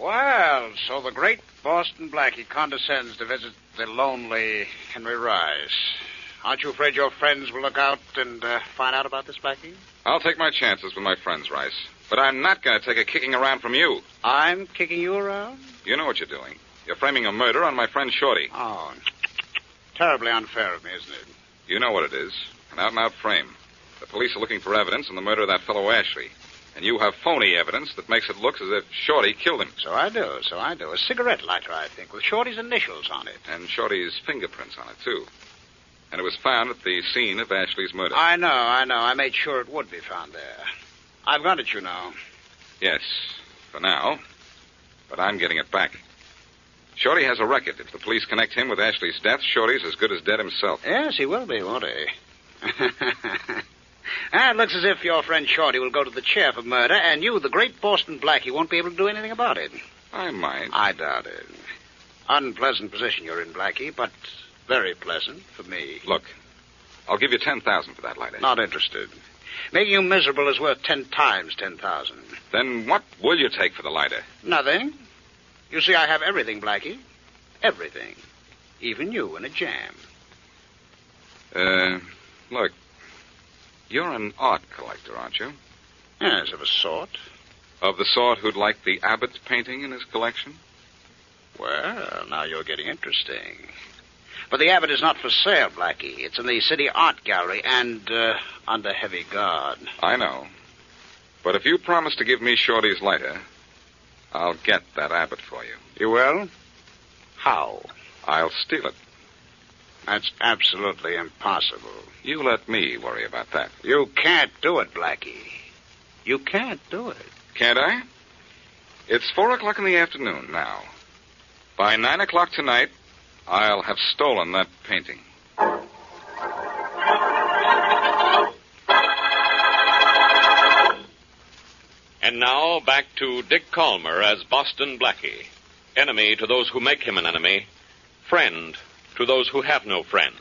Well, so the great Boston Blackie condescends to visit the lonely Henry Rice. Aren't you afraid your friends will look out and uh, find out about this, Blackie? I'll take my chances with my friends, Rice. But I'm not going to take a kicking around from you. I'm kicking you around? You know what you're doing. You're framing a murder on my friend Shorty. Oh, terribly unfair of me, isn't it? You know what it is an out and out frame. The police are looking for evidence on the murder of that fellow Ashley. And you have phony evidence that makes it look as if Shorty killed him. So I do, so I do. A cigarette lighter, I think, with Shorty's initials on it. And Shorty's fingerprints on it, too. And it was found at the scene of Ashley's murder. I know, I know. I made sure it would be found there. I've got it, you know. Yes, for now. But I'm getting it back. Shorty has a record. If the police connect him with Ashley's death, Shorty's as good as dead himself. Yes, he will be, won't he? Ah, it looks as if your friend Shorty will go to the chair for murder, and you, the great Boston Blackie, won't be able to do anything about it. I might. I doubt it. Unpleasant position you're in, Blackie, but very pleasant for me. Look, I'll give you 10000 for that lighter. Not interested. Making you miserable is worth ten times ten thousand. Then what will you take for the lighter? Nothing. You see, I have everything, Blackie. Everything. Even you in a jam. Uh, look, you're an art collector, aren't you? Yes, of a sort. Of the sort who'd like the Abbott's painting in his collection? Well, now you're getting interesting. But the Abbott is not for sale, Blackie. It's in the City Art Gallery and uh, under heavy guard. I know. But if you promise to give me Shorty's lighter, I'll get that Abbott for you. You will? How? I'll steal it. That's absolutely impossible. You let me worry about that. You can't do it, Blackie. You can't do it. Can't I? It's four o'clock in the afternoon now. By nine o'clock tonight, I'll have stolen that painting. And now back to Dick Calmer as Boston Blackie. Enemy to those who make him an enemy, friend to those who have no friend.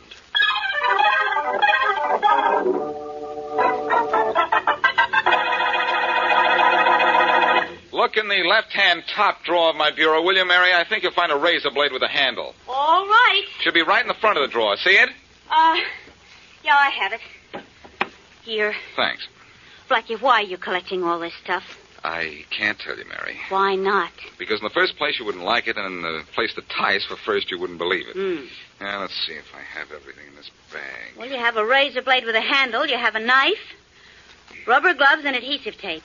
Look in the left-hand top drawer of my bureau, will you, Mary? I think you'll find a razor blade with a handle. All right. Should be right in the front of the drawer. See it? Uh, yeah, I have it. Here. Thanks. Blackie, why are you collecting all this stuff? I can't tell you, Mary, Why not? because in the first place you wouldn't like it, and in the place that ties for first you wouldn't believe it. Hmm. Now let's see if I have everything in this bag. Well, you have a razor blade with a handle, you have a knife, rubber gloves, and adhesive tape.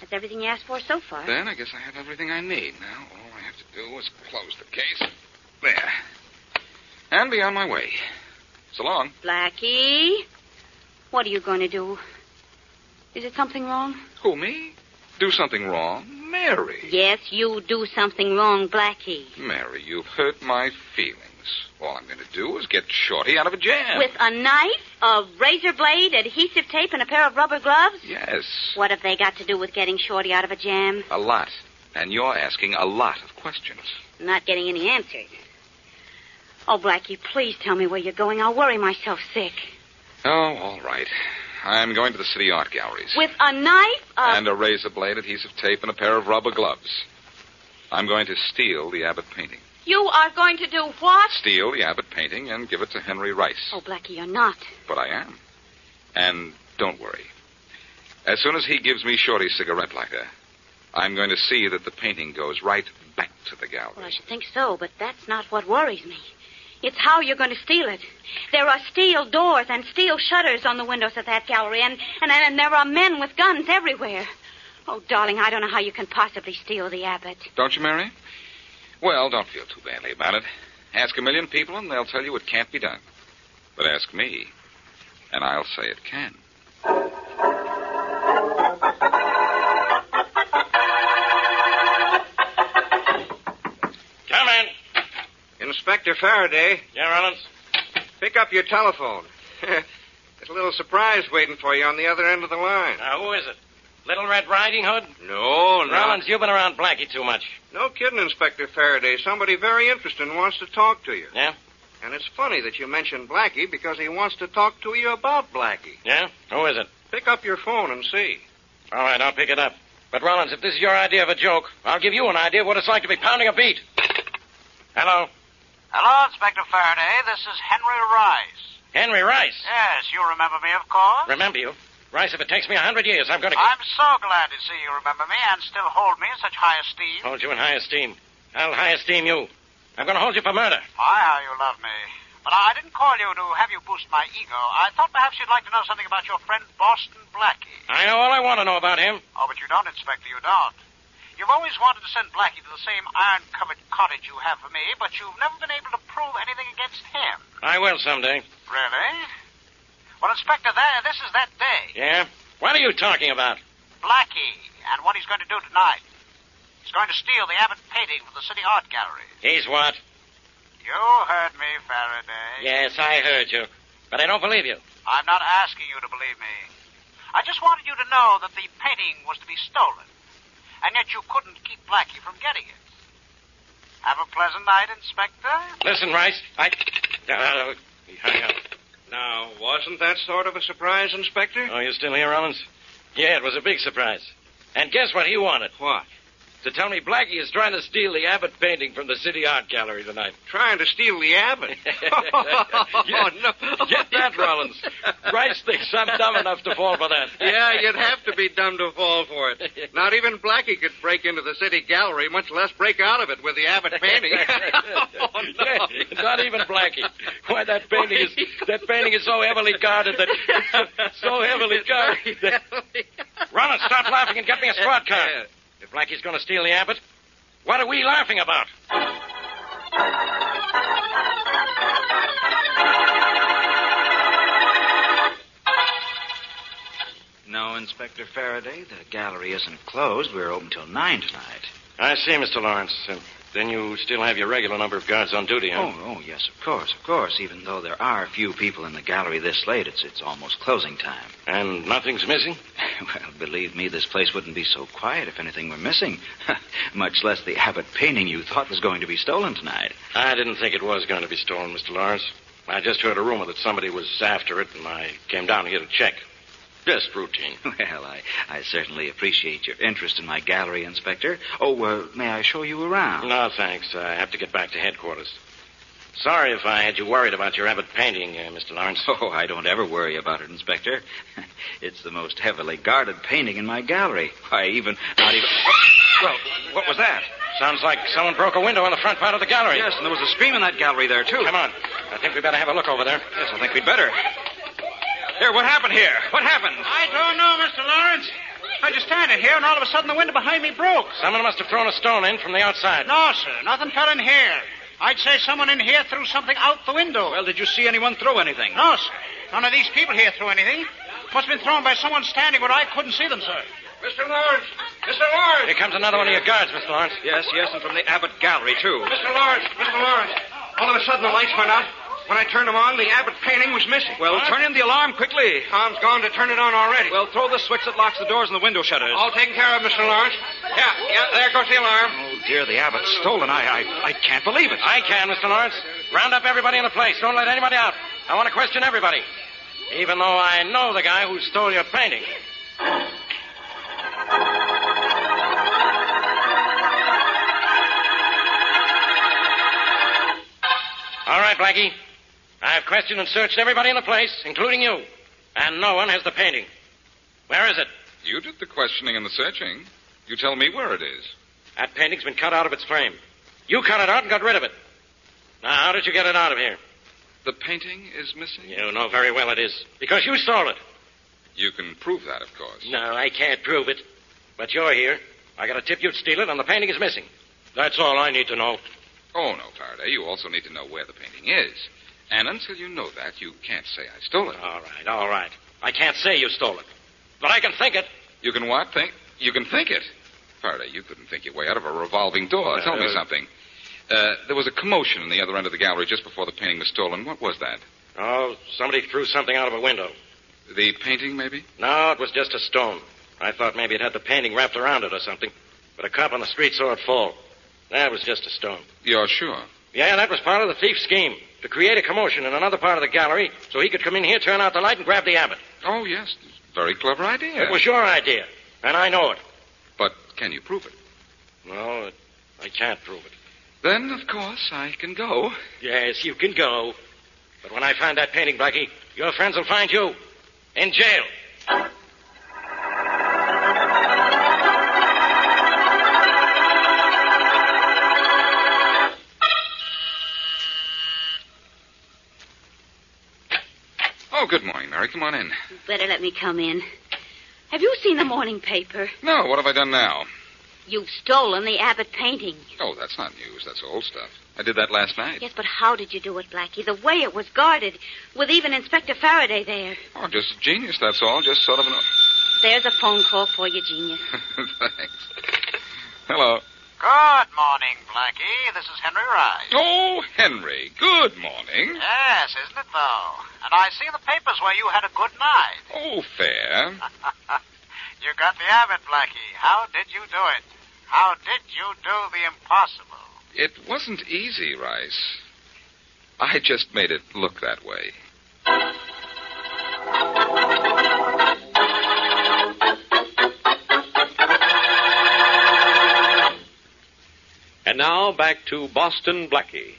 That's everything you asked for so far. Then I guess I have everything I need. Now all I have to do is close the case. There. And be on my way. So long. Blackie, what are you going to do? Is it something wrong? Who, me? Do something wrong? Mary. Yes, you do something wrong, Blackie. Mary, you've hurt my feelings. All I'm going to do is get Shorty out of a jam. With a knife, a razor blade, adhesive tape, and a pair of rubber gloves? Yes. What have they got to do with getting Shorty out of a jam? A lot. And you're asking a lot of questions. Not getting any answers. Oh, Blackie, please tell me where you're going. I'll worry myself sick. Oh, all right. I'm going to the city art galleries. With a knife? Uh, A... and a razor blade, adhesive tape, and a pair of rubber gloves. I'm going to steal the Abbott painting. You are going to do what? Steal the Abbott painting and give it to Henry Rice. Oh, Blackie, you're not. But I am. And don't worry. As soon as he gives me Shorty's cigarette lighter, I'm going to see that the painting goes right back to the gallery. Well, I should think so, but that's not what worries me. It's how you're going to steal it. There are steel doors and steel shutters on the windows of that gallery, and, and, and there are men with guns everywhere. Oh, darling, I don't know how you can possibly steal the abbot. Don't you, Mary? Well, don't feel too badly about it. Ask a million people, and they'll tell you it can't be done. But ask me, and I'll say it can. Come in. Inspector Faraday, Yeah, Rollins? pick up your telephone. There's a little surprise waiting for you on the other end of the line. Now, who is it? Little Red Riding Hood? No, no. Rollins, you've been around Blackie too much. No kidding, Inspector Faraday. Somebody very interesting wants to talk to you. Yeah? And it's funny that you mentioned Blackie because he wants to talk to you about Blackie. Yeah? Who is it? Pick up your phone and see. All right, I'll pick it up. But, Rollins, if this is your idea of a joke, I'll give you an idea of what it's like to be pounding a beat. Hello? Hello, Inspector Faraday. This is Henry Rice. Henry Rice. Yes, you remember me, of course. Remember you. Rice, if it takes me a hundred years, I'm going to Uh, I'm so glad to see you remember me and still hold me in such high esteem. hold you in high esteem. I'll high esteem you. I'm going to hold you for murder. My, how you love me. But I didn't call you to have you boost my ego. I thought perhaps you'd like to know something about your friend Boston Blackie. I know all I want to know about him. Oh, but you don't, Inspector, you don't. You've always wanted to send Blackie to the same iron-covered cottage you have for me, but you've never been able to prove anything against him. I will someday. Really? Well, Inspector, there, this is that day. Yeah? What are you talking about? Blackie and what he's going to do tonight. He's going to steal the Abbott painting from the City Art Gallery. He's what? You heard me, Faraday. Yes, I heard you. But I don't believe you. I'm not asking you to believe me. I just wanted you to know that the painting was to be stolen, and yet you couldn't keep Blackie from getting it. Have a pleasant night, Inspector. Listen, Rice, I. Uh, he hung up. Now, wasn't that sort of a surprise, Inspector? Oh, you still here, Rollins? Yeah, it was a big surprise. And guess what he wanted? what? To tell me Blackie is trying to steal the Abbott painting from the City Art Gallery tonight. Trying to steal the abbot. Yeah. oh, no. Get that, Rollins. Rice thinks I'm dumb enough to fall for that. Yeah, you'd have to be dumb to fall for it. Not even Blackie could break into the city gallery, much less break out of it with the Abbott painting. oh, no. Yeah, not even Blackie. Why that painting is that painting is so heavily guarded that so heavily guarded. That... Rollins, stop laughing and get me a squad car. If Blackie's going to steal the Abbott, what are we laughing about? No, Inspector Faraday, the gallery isn't closed. We're open till nine tonight. I see, Mr. Lawrence. Uh, then you still have your regular number of guards on duty, huh? Oh, oh, yes, of course, of course. Even though there are few people in the gallery this late, it's it's almost closing time. And nothing's missing? Well, believe me, this place wouldn't be so quiet if anything were missing, much less the Abbott painting you thought was going to be stolen tonight. I didn't think it was going to be stolen, Mr. Lawrence. I just heard a rumor that somebody was after it, and I came down here to check. Just routine. Well, I, I certainly appreciate your interest in my gallery, Inspector. Oh, uh, may I show you around? No, thanks. I have to get back to headquarters. Sorry if I had you worried about your Abbott painting, uh, Mr. Lawrence. Oh, I don't ever worry about it, Inspector. it's the most heavily guarded painting in my gallery. Why, even not even. Well, what was that? Sounds like someone broke a window on the front part of the gallery. Yes, and there was a scream in that gallery there too. Come on. I think we better have a look over there. Yes, I think we'd better. Here, what happened here? What happened? I don't know, Mr. Lawrence. I just standing here, and all of a sudden the window behind me broke. Someone must have thrown a stone in from the outside. No, sir, nothing fell in here. I'd say someone in here threw something out the window. Well, did you see anyone throw anything? No, sir. None of these people here threw anything. Must have been thrown by someone standing where I couldn't see them, sir. Mr. Lawrence! Mr. Lawrence! Here comes another one of your guards, Mr. Lawrence. Yes, yes, and from the Abbott Gallery, too. Mr. Lawrence! Mr. Lawrence! All of a sudden, the lights went out. When I turned them on, the Abbott painting was missing. Well, turn in the alarm quickly. Tom's gone to turn it on already. Well, throw the switch that locks the doors and the window shutters. all taken care of, Mr. Lawrence. Yeah, yeah, there goes the alarm. Oh, dear, the Abbott's stolen. I, I, I can't believe it. I can, Mr. Lawrence. Round up everybody in the place. Don't let anybody out. I want to question everybody. Even though I know the guy who stole your painting. All right, Blackie. I've questioned and searched everybody in the place, including you. And no one has the painting. Where is it? You did the questioning and the searching. You tell me where it is. That painting's been cut out of its frame. You cut it out and got rid of it. Now, how did you get it out of here? The painting is missing? You know very well it is. Because you stole it. You can prove that, of course. No, I can't prove it. But you're here. I got a tip you'd steal it, and the painting is missing. That's all I need to know. Oh, no, Faraday. You also need to know where the painting is. And until you know that, you can't say I stole it. All right, all right. I can't say you stole it. But I can think it. You can what? Think? You can think it. Faraday, you couldn't think your way out of a revolving door. Uh, Tell me uh, something. Uh, there was a commotion in the other end of the gallery just before the painting was stolen. What was that? Oh, somebody threw something out of a window. The painting, maybe? No, it was just a stone. I thought maybe it had the painting wrapped around it or something. But a cop on the street saw it fall. That was just a stone. You're sure? Yeah, that was part of the thief's scheme to create a commotion in another part of the gallery so he could come in here, turn out the light, and grab the abbot. Oh, yes. Very clever idea. It was your idea, and I know it. But can you prove it? No, it, I can't prove it. Then, of course, I can go. Yes, you can go. But when I find that painting, Blackie, your friends will find you in jail. Oh, good morning, Mary. Come on in. Better let me come in. Have you seen the morning paper? No, what have I done now? You've stolen the Abbott painting. Oh, that's not news. That's old stuff. I did that last night. Yes, but how did you do it, Blackie? The way it was guarded, with even Inspector Faraday there. Oh, just genius, that's all. Just sort of an. There's a phone call for you, genius. Thanks. Hello. Good morning, Blackie. This is Henry Rice. Oh, Henry. Good morning. Yes, isn't it, though? And I see in the papers where you had a good night. Oh, fair. You got the Abbott, Blackie. How did you do it? How did you do the impossible? It wasn't easy, Rice. I just made it look that way. And now back to Boston Blackie.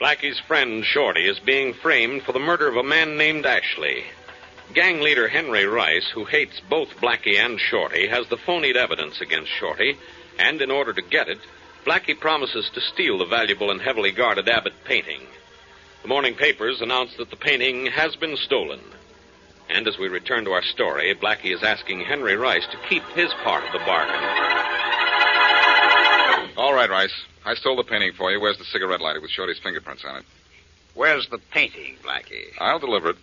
Blackie's friend Shorty is being framed for the murder of a man named Ashley. Gang leader Henry Rice, who hates both Blackie and Shorty, has the phonied evidence against Shorty, and in order to get it, Blackie promises to steal the valuable and heavily guarded Abbott painting. The morning papers announce that the painting has been stolen. And as we return to our story, Blackie is asking Henry Rice to keep his part of the bargain. All right, Rice. I stole the painting for you. Where's the cigarette lighter with Shorty's fingerprints on it? Where's the painting, Blackie? I'll deliver it.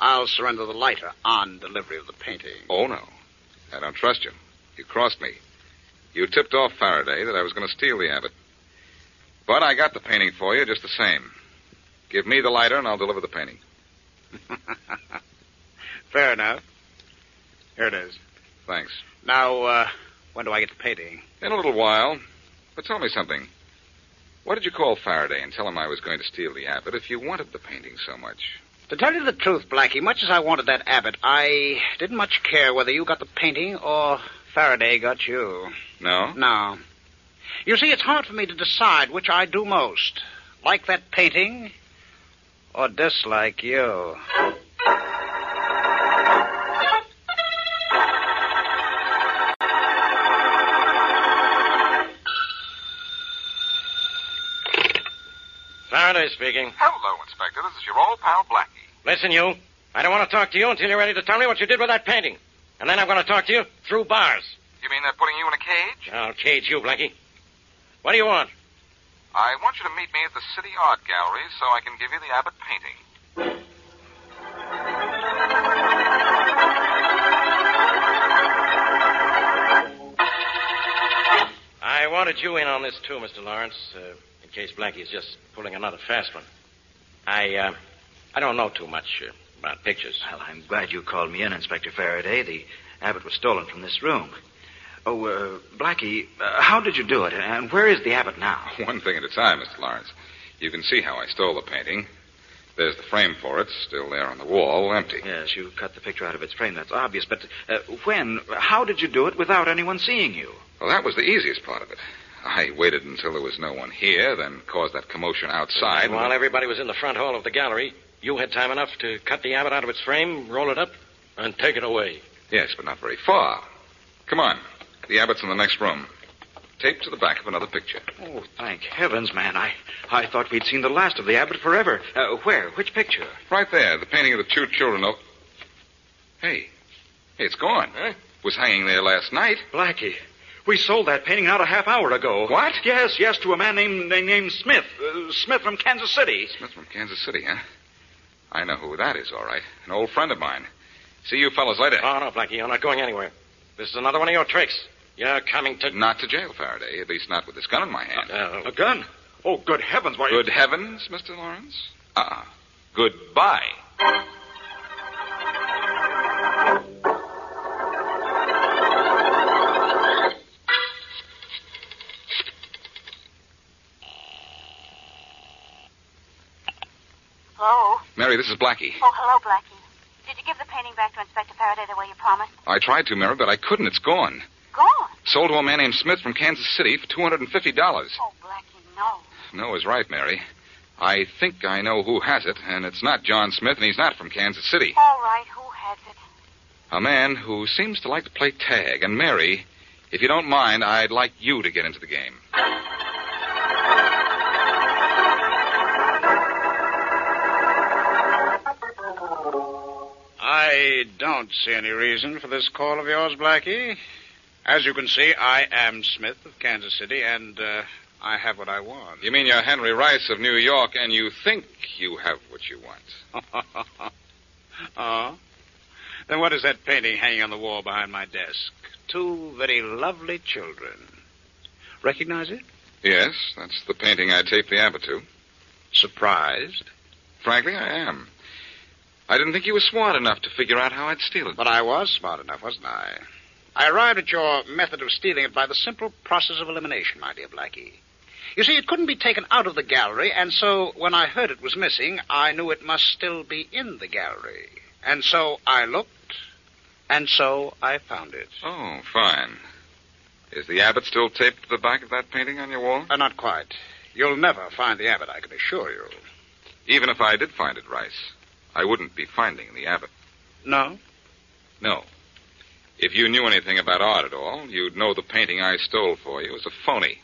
I'll surrender the lighter on delivery of the painting. Oh, no. I don't trust you. You crossed me. You tipped off Faraday that I was going to steal the Abbott. But I got the painting for you just the same. Give me the lighter and I'll deliver the painting. Fair enough. Here it is. Thanks. Now, uh, when do I get the painting? In a little while. But tell me something. Why did you call Faraday and tell him I was going to steal the Abbott if you wanted the painting so much? To tell you the truth, Blackie, much as I wanted that abbot, I didn't much care whether you got the painting or Faraday got you. No? No. You see, it's hard for me to decide which I do most like that painting or dislike you. Faraday speaking. Hello, Inspector. This is your old pal Blackie. Listen, you. I don't want to talk to you until you're ready to tell me what you did with that painting. And then I'm going to talk to you through bars. You mean they're putting you in a cage? I'll cage you, Blackie. What do you want? I want you to meet me at the City Art Gallery so I can give you the Abbott painting. I wanted you in on this too, Mr. Lawrence, uh, in case Blackie is just pulling another fast one. I, uh, I don't know too much uh, about pictures. Well, I'm glad you called me in, Inspector Faraday. The abbot was stolen from this room. Oh, uh, Blackie, uh, how did you do it? And where is the abbot now? One thing at a time, Mr. Lawrence. You can see how I stole the painting. There's the frame for it, still there on the wall, empty. Yes, you cut the picture out of its frame. That's obvious. But uh, when? How did you do it without anyone seeing you? Well, that was the easiest part of it. I waited until there was no one here, then caused that commotion outside. While everybody was in the front hall of the gallery, you had time enough to cut the abbot out of its frame, roll it up, and take it away. Yes, but not very far. Come on. The Abbott's in the next room. Taped to the back of another picture. Oh, thank heavens, man. I, I thought we'd seen the last of the Abbott forever. Uh, where? Which picture? Right there, the painting of the two children. Oh. Hey. Hey, it's gone. Huh? Was hanging there last night. Blackie. We sold that painting out a half hour ago. What? Yes, yes, to a man named named Smith. Uh, Smith from Kansas City. Smith from Kansas City, huh? I know who that is, all right. An old friend of mine. See you fellas later. Oh, no, Blackie, you're not going anywhere. This is another one of your tricks. You're coming to. Not to jail, Faraday. At least not with this gun in my hand. Uh, A gun. Oh, good heavens, why? Good heavens, Mr. Lawrence. Ah, goodbye. Oh. Mary, this is Blackie. Oh, hello, Blackie. Did you give the painting back to Inspector Faraday the way you promised? I tried to, Mary, but I couldn't. It's gone. Gone. Sold to a man named Smith from Kansas City for $250. Oh, Blackie, no. No is right, Mary. I think I know who has it, and it's not John Smith, and he's not from Kansas City. All right, who has it? A man who seems to like to play tag. And, Mary, if you don't mind, I'd like you to get into the game. I don't see any reason for this call of yours, Blackie. As you can see, I am Smith of Kansas City, and uh, I have what I want. You mean you're Henry Rice of New York, and you think you have what you want? oh? Then what is that painting hanging on the wall behind my desk? Two very lovely children. Recognize it? Yes, that's the painting I taped the abbot to. Surprised? Frankly, I am. I didn't think you were smart enough to figure out how I'd steal it. But I was smart enough, wasn't I? I arrived at your method of stealing it by the simple process of elimination, my dear Blackie. You see, it couldn't be taken out of the gallery, and so when I heard it was missing, I knew it must still be in the gallery. And so I looked, and so I found it. Oh, fine. Is the abbot still taped to the back of that painting on your wall? Uh, not quite. You'll never find the abbot, I can assure you. Even if I did find it, Rice, I wouldn't be finding the abbot. No? No. If you knew anything about art at all, you'd know the painting I stole for you is a phony.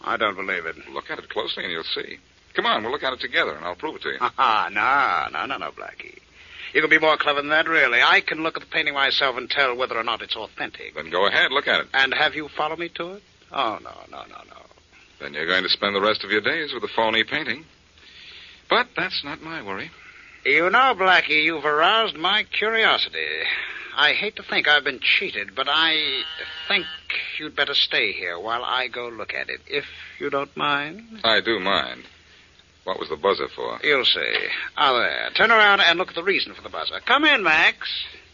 I don't believe it. Look at it closely and you'll see. Come on, we'll look at it together and I'll prove it to you. Uh. Ah, no, no, no, no, Blackie. You can be more clever than that, really. I can look at the painting myself and tell whether or not it's authentic. Then go ahead, look at it. And have you follow me to it? Oh, no, no, no, no. Then you're going to spend the rest of your days with a phony painting. But that's not my worry. You know, Blackie, you've aroused my curiosity. I hate to think I've been cheated, but I think you'd better stay here while I go look at it, if you don't mind. I do mind. What was the buzzer for? You'll see. Ah, there. Turn around and look at the reason for the buzzer. Come in, Max.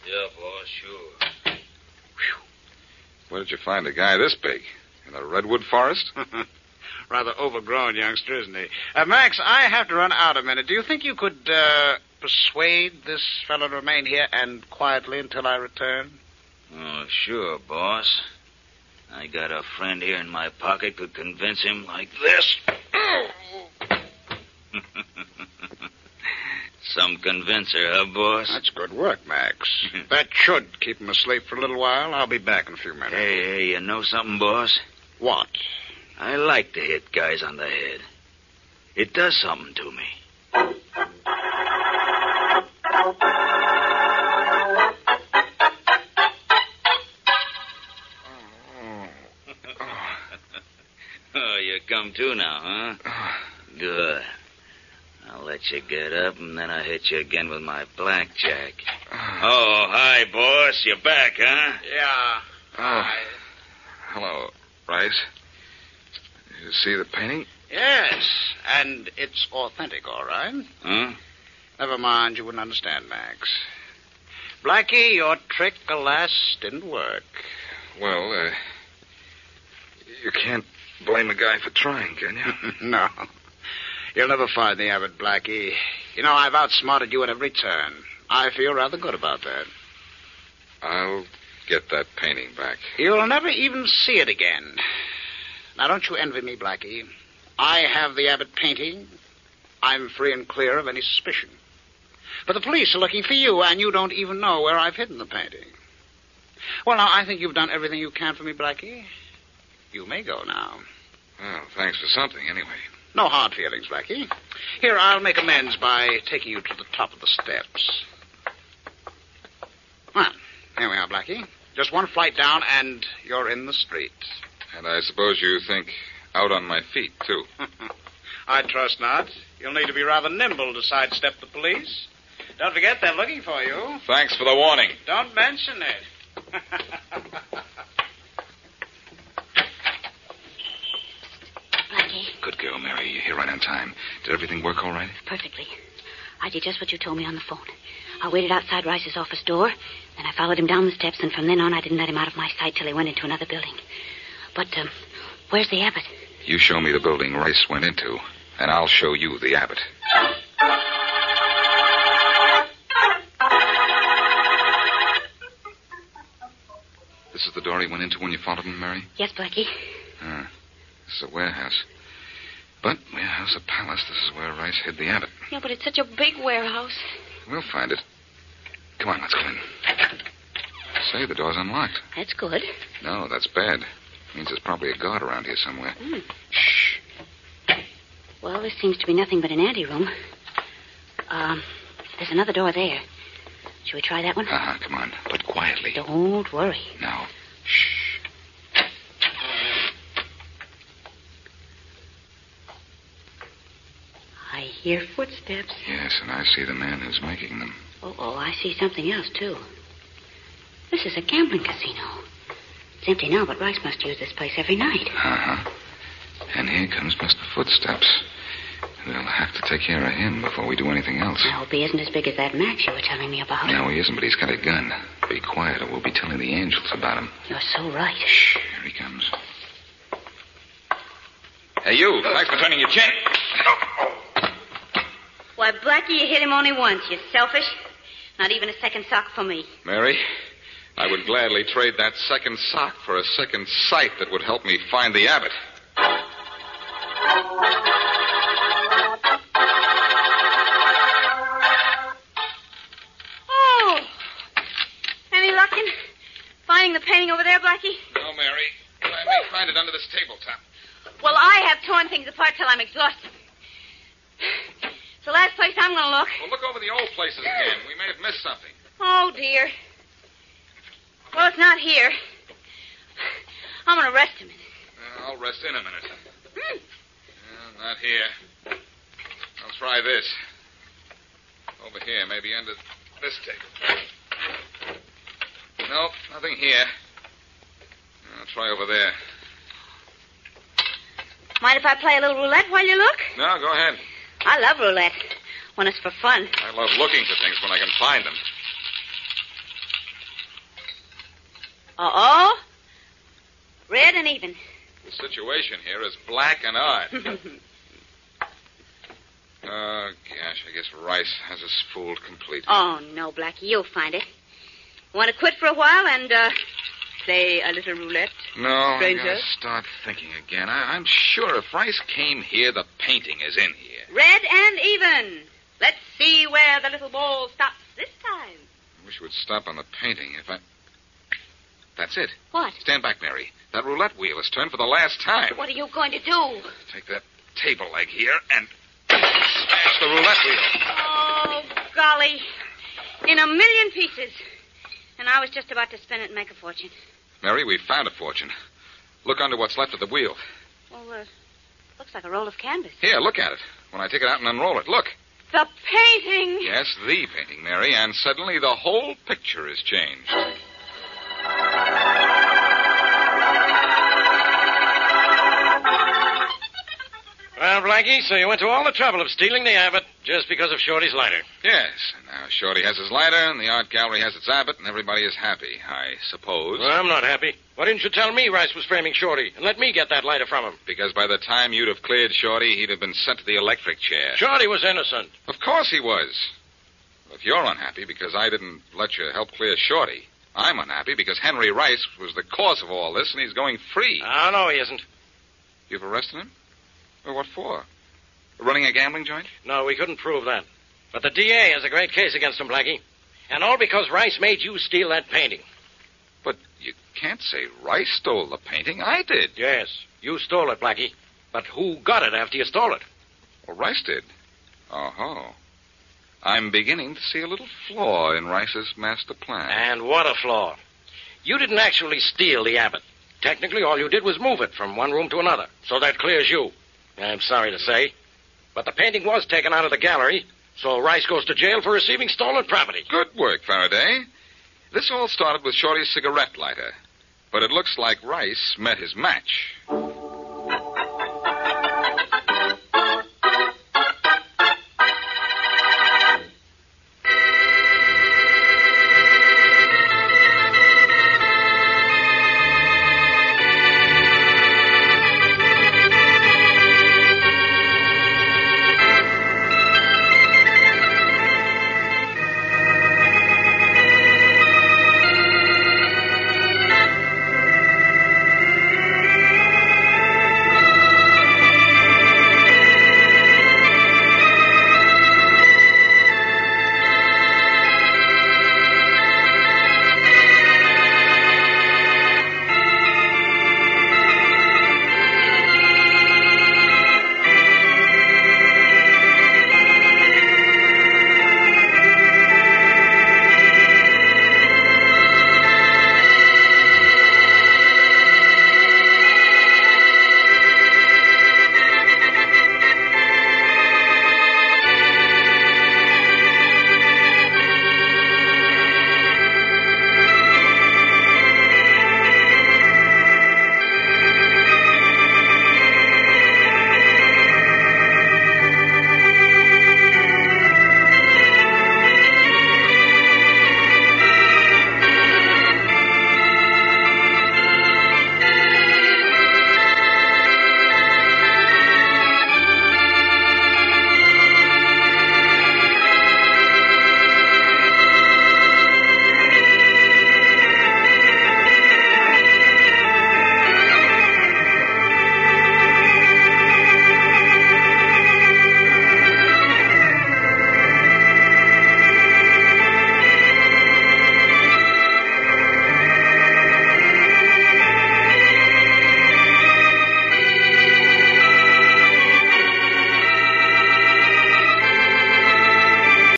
Yeah, boss, sure. Where did you find a guy this big? In a redwood forest? Rather overgrown youngster, isn't he? Uh, Max, I have to run out a minute. Do you think you could uh, persuade this fellow to remain here and quietly until I return? Oh, sure, boss. I got a friend here in my pocket could convince him like this. Some convincer, huh, boss? That's good work, Max. that should keep him asleep for a little while. I'll be back in a few minutes. Hey, hey, you know something, boss? What? I like to hit guys on the head. It does something to me. Oh. Oh, you come to now, huh? Good. I'll let you get up, and then I'll hit you again with my blackjack. Oh, hi, boss. You're back, huh? Yeah. Oh. Hello, Rice. You see the painting? Yes, and it's authentic, all right. Huh? Never mind, you wouldn't understand, Max. Blackie, your trick, alas, didn't work. Well, uh, you can't blame a guy for trying, can you? no. You'll never find the abbot, Blackie. You know, I've outsmarted you at every turn. I feel rather good about that. I'll get that painting back. You'll never even see it again. Now, don't you envy me, Blackie. I have the Abbott painting. I'm free and clear of any suspicion. But the police are looking for you, and you don't even know where I've hidden the painting. Well, now, I think you've done everything you can for me, Blackie. You may go now. Well, thanks for something, anyway. No hard feelings, Blackie. Here, I'll make amends by taking you to the top of the steps. Well, here we are, Blackie. Just one flight down, and you're in the street. And I suppose you think out on my feet, too. I trust not. You'll need to be rather nimble to sidestep the police. Don't forget they're looking for you. Thanks for the warning. Don't mention it. Blackie, Good girl, Mary. You're here right on time. Did everything work all right? perfectly. I did just what you told me on the phone. I waited outside Rice's office door, then I followed him down the steps, and from then on I didn't let him out of my sight till he went into another building. But, um, where's the abbot? You show me the building Rice went into, and I'll show you the Abbott. This is the door he went into when you followed him, Mary? Yes, Blackie. Huh. This is a warehouse. But warehouse a palace, this is where Rice hid the Abbott. Yeah, but it's such a big warehouse. We'll find it. Come on, let's go in. Say, the door's unlocked. That's good. No, that's bad. Means there's probably a guard around here somewhere. Well, this seems to be nothing but an anteroom. Um, there's another door there. Should we try that one? Uh-huh, come on. But quietly. Don't worry. No. Shh. I hear footsteps. Yes, and I see the man who's making them. Oh, oh, I see something else, too. This is a gambling casino. It's empty now, but Rice must use this place every night. Uh-huh. And here comes Mr. Footsteps. We'll have to take care of him before we do anything else. I hope he isn't as big as that Max you were telling me about. No, he isn't, but he's got a gun. Be quiet, or we'll be telling the angels about him. You're so right. Here he comes. Hey, you. Thanks for turning your chin. Why, Blackie, you hit him only once. You selfish. Not even a second sock for me. Mary, I would gladly trade that second sock for a second sight that would help me find the abbot. Oh! Any luck in finding the painting over there, Blackie? No, Mary. But I may find it under this tabletop. Well, I have torn things apart till I'm exhausted. It's the last place I'm going to look. Well, look over the old places again. We may have missed something. Oh, dear. Well, it's not here. I'm going to rest a minute. Uh, I'll rest in a minute. Hmm. Uh, not here. I'll try this. Over here, maybe under this table. Nope, nothing here. I'll try over there. Mind if I play a little roulette while you look? No, go ahead. I love roulette when it's for fun. I love looking for things when I can find them. Uh oh. Red and even. The situation here is black and odd. oh, gosh, I guess Rice has us fooled completely. Oh, no, Blackie, you'll find it. Want to quit for a while and uh, play a little roulette? no, stranger? I gotta start thinking again. I, I'm sure if Rice came here, the painting is in here. Red and even. Let's see where the little ball stops this time. I wish it would stop on the painting if I. That's it. What? Stand back, Mary. That roulette wheel has turned for the last time. What are you going to do? Take that table leg here and smash the roulette wheel. Oh, golly. In a million pieces. And I was just about to spin it and make a fortune. Mary, we found a fortune. Look under what's left of the wheel. Well, uh, looks like a roll of canvas. Here, look at it. When I take it out and unroll it, look. The painting! Yes, the painting, Mary, and suddenly the whole picture is changed. Well, Blackie, so you went to all the trouble of stealing the Abbott just because of Shorty's lighter. Yes, and now Shorty has his lighter, and the art gallery has its abbot, and everybody is happy, I suppose. Well, I'm not happy. Why didn't you tell me Rice was framing Shorty and let me get that lighter from him? Because by the time you'd have cleared Shorty, he'd have been sent to the electric chair. Shorty was innocent. Of course he was. If you're unhappy because I didn't let you help clear Shorty, I'm unhappy because Henry Rice was the cause of all this, and he's going free. Oh, no, he isn't. You've arrested him? Well, what for? Running a gambling joint? No, we couldn't prove that. But the DA has a great case against him, Blackie. And all because Rice made you steal that painting. But you can't say Rice stole the painting. I did. Yes, you stole it, Blackie. But who got it after you stole it? Well, Rice did. Oh, ho. I'm beginning to see a little flaw in Rice's master plan. And what a flaw. You didn't actually steal the Abbott. Technically, all you did was move it from one room to another. So that clears you. I'm sorry to say. But the painting was taken out of the gallery, so Rice goes to jail for receiving stolen property. Good work, Faraday. This all started with Shorty's cigarette lighter, but it looks like Rice met his match.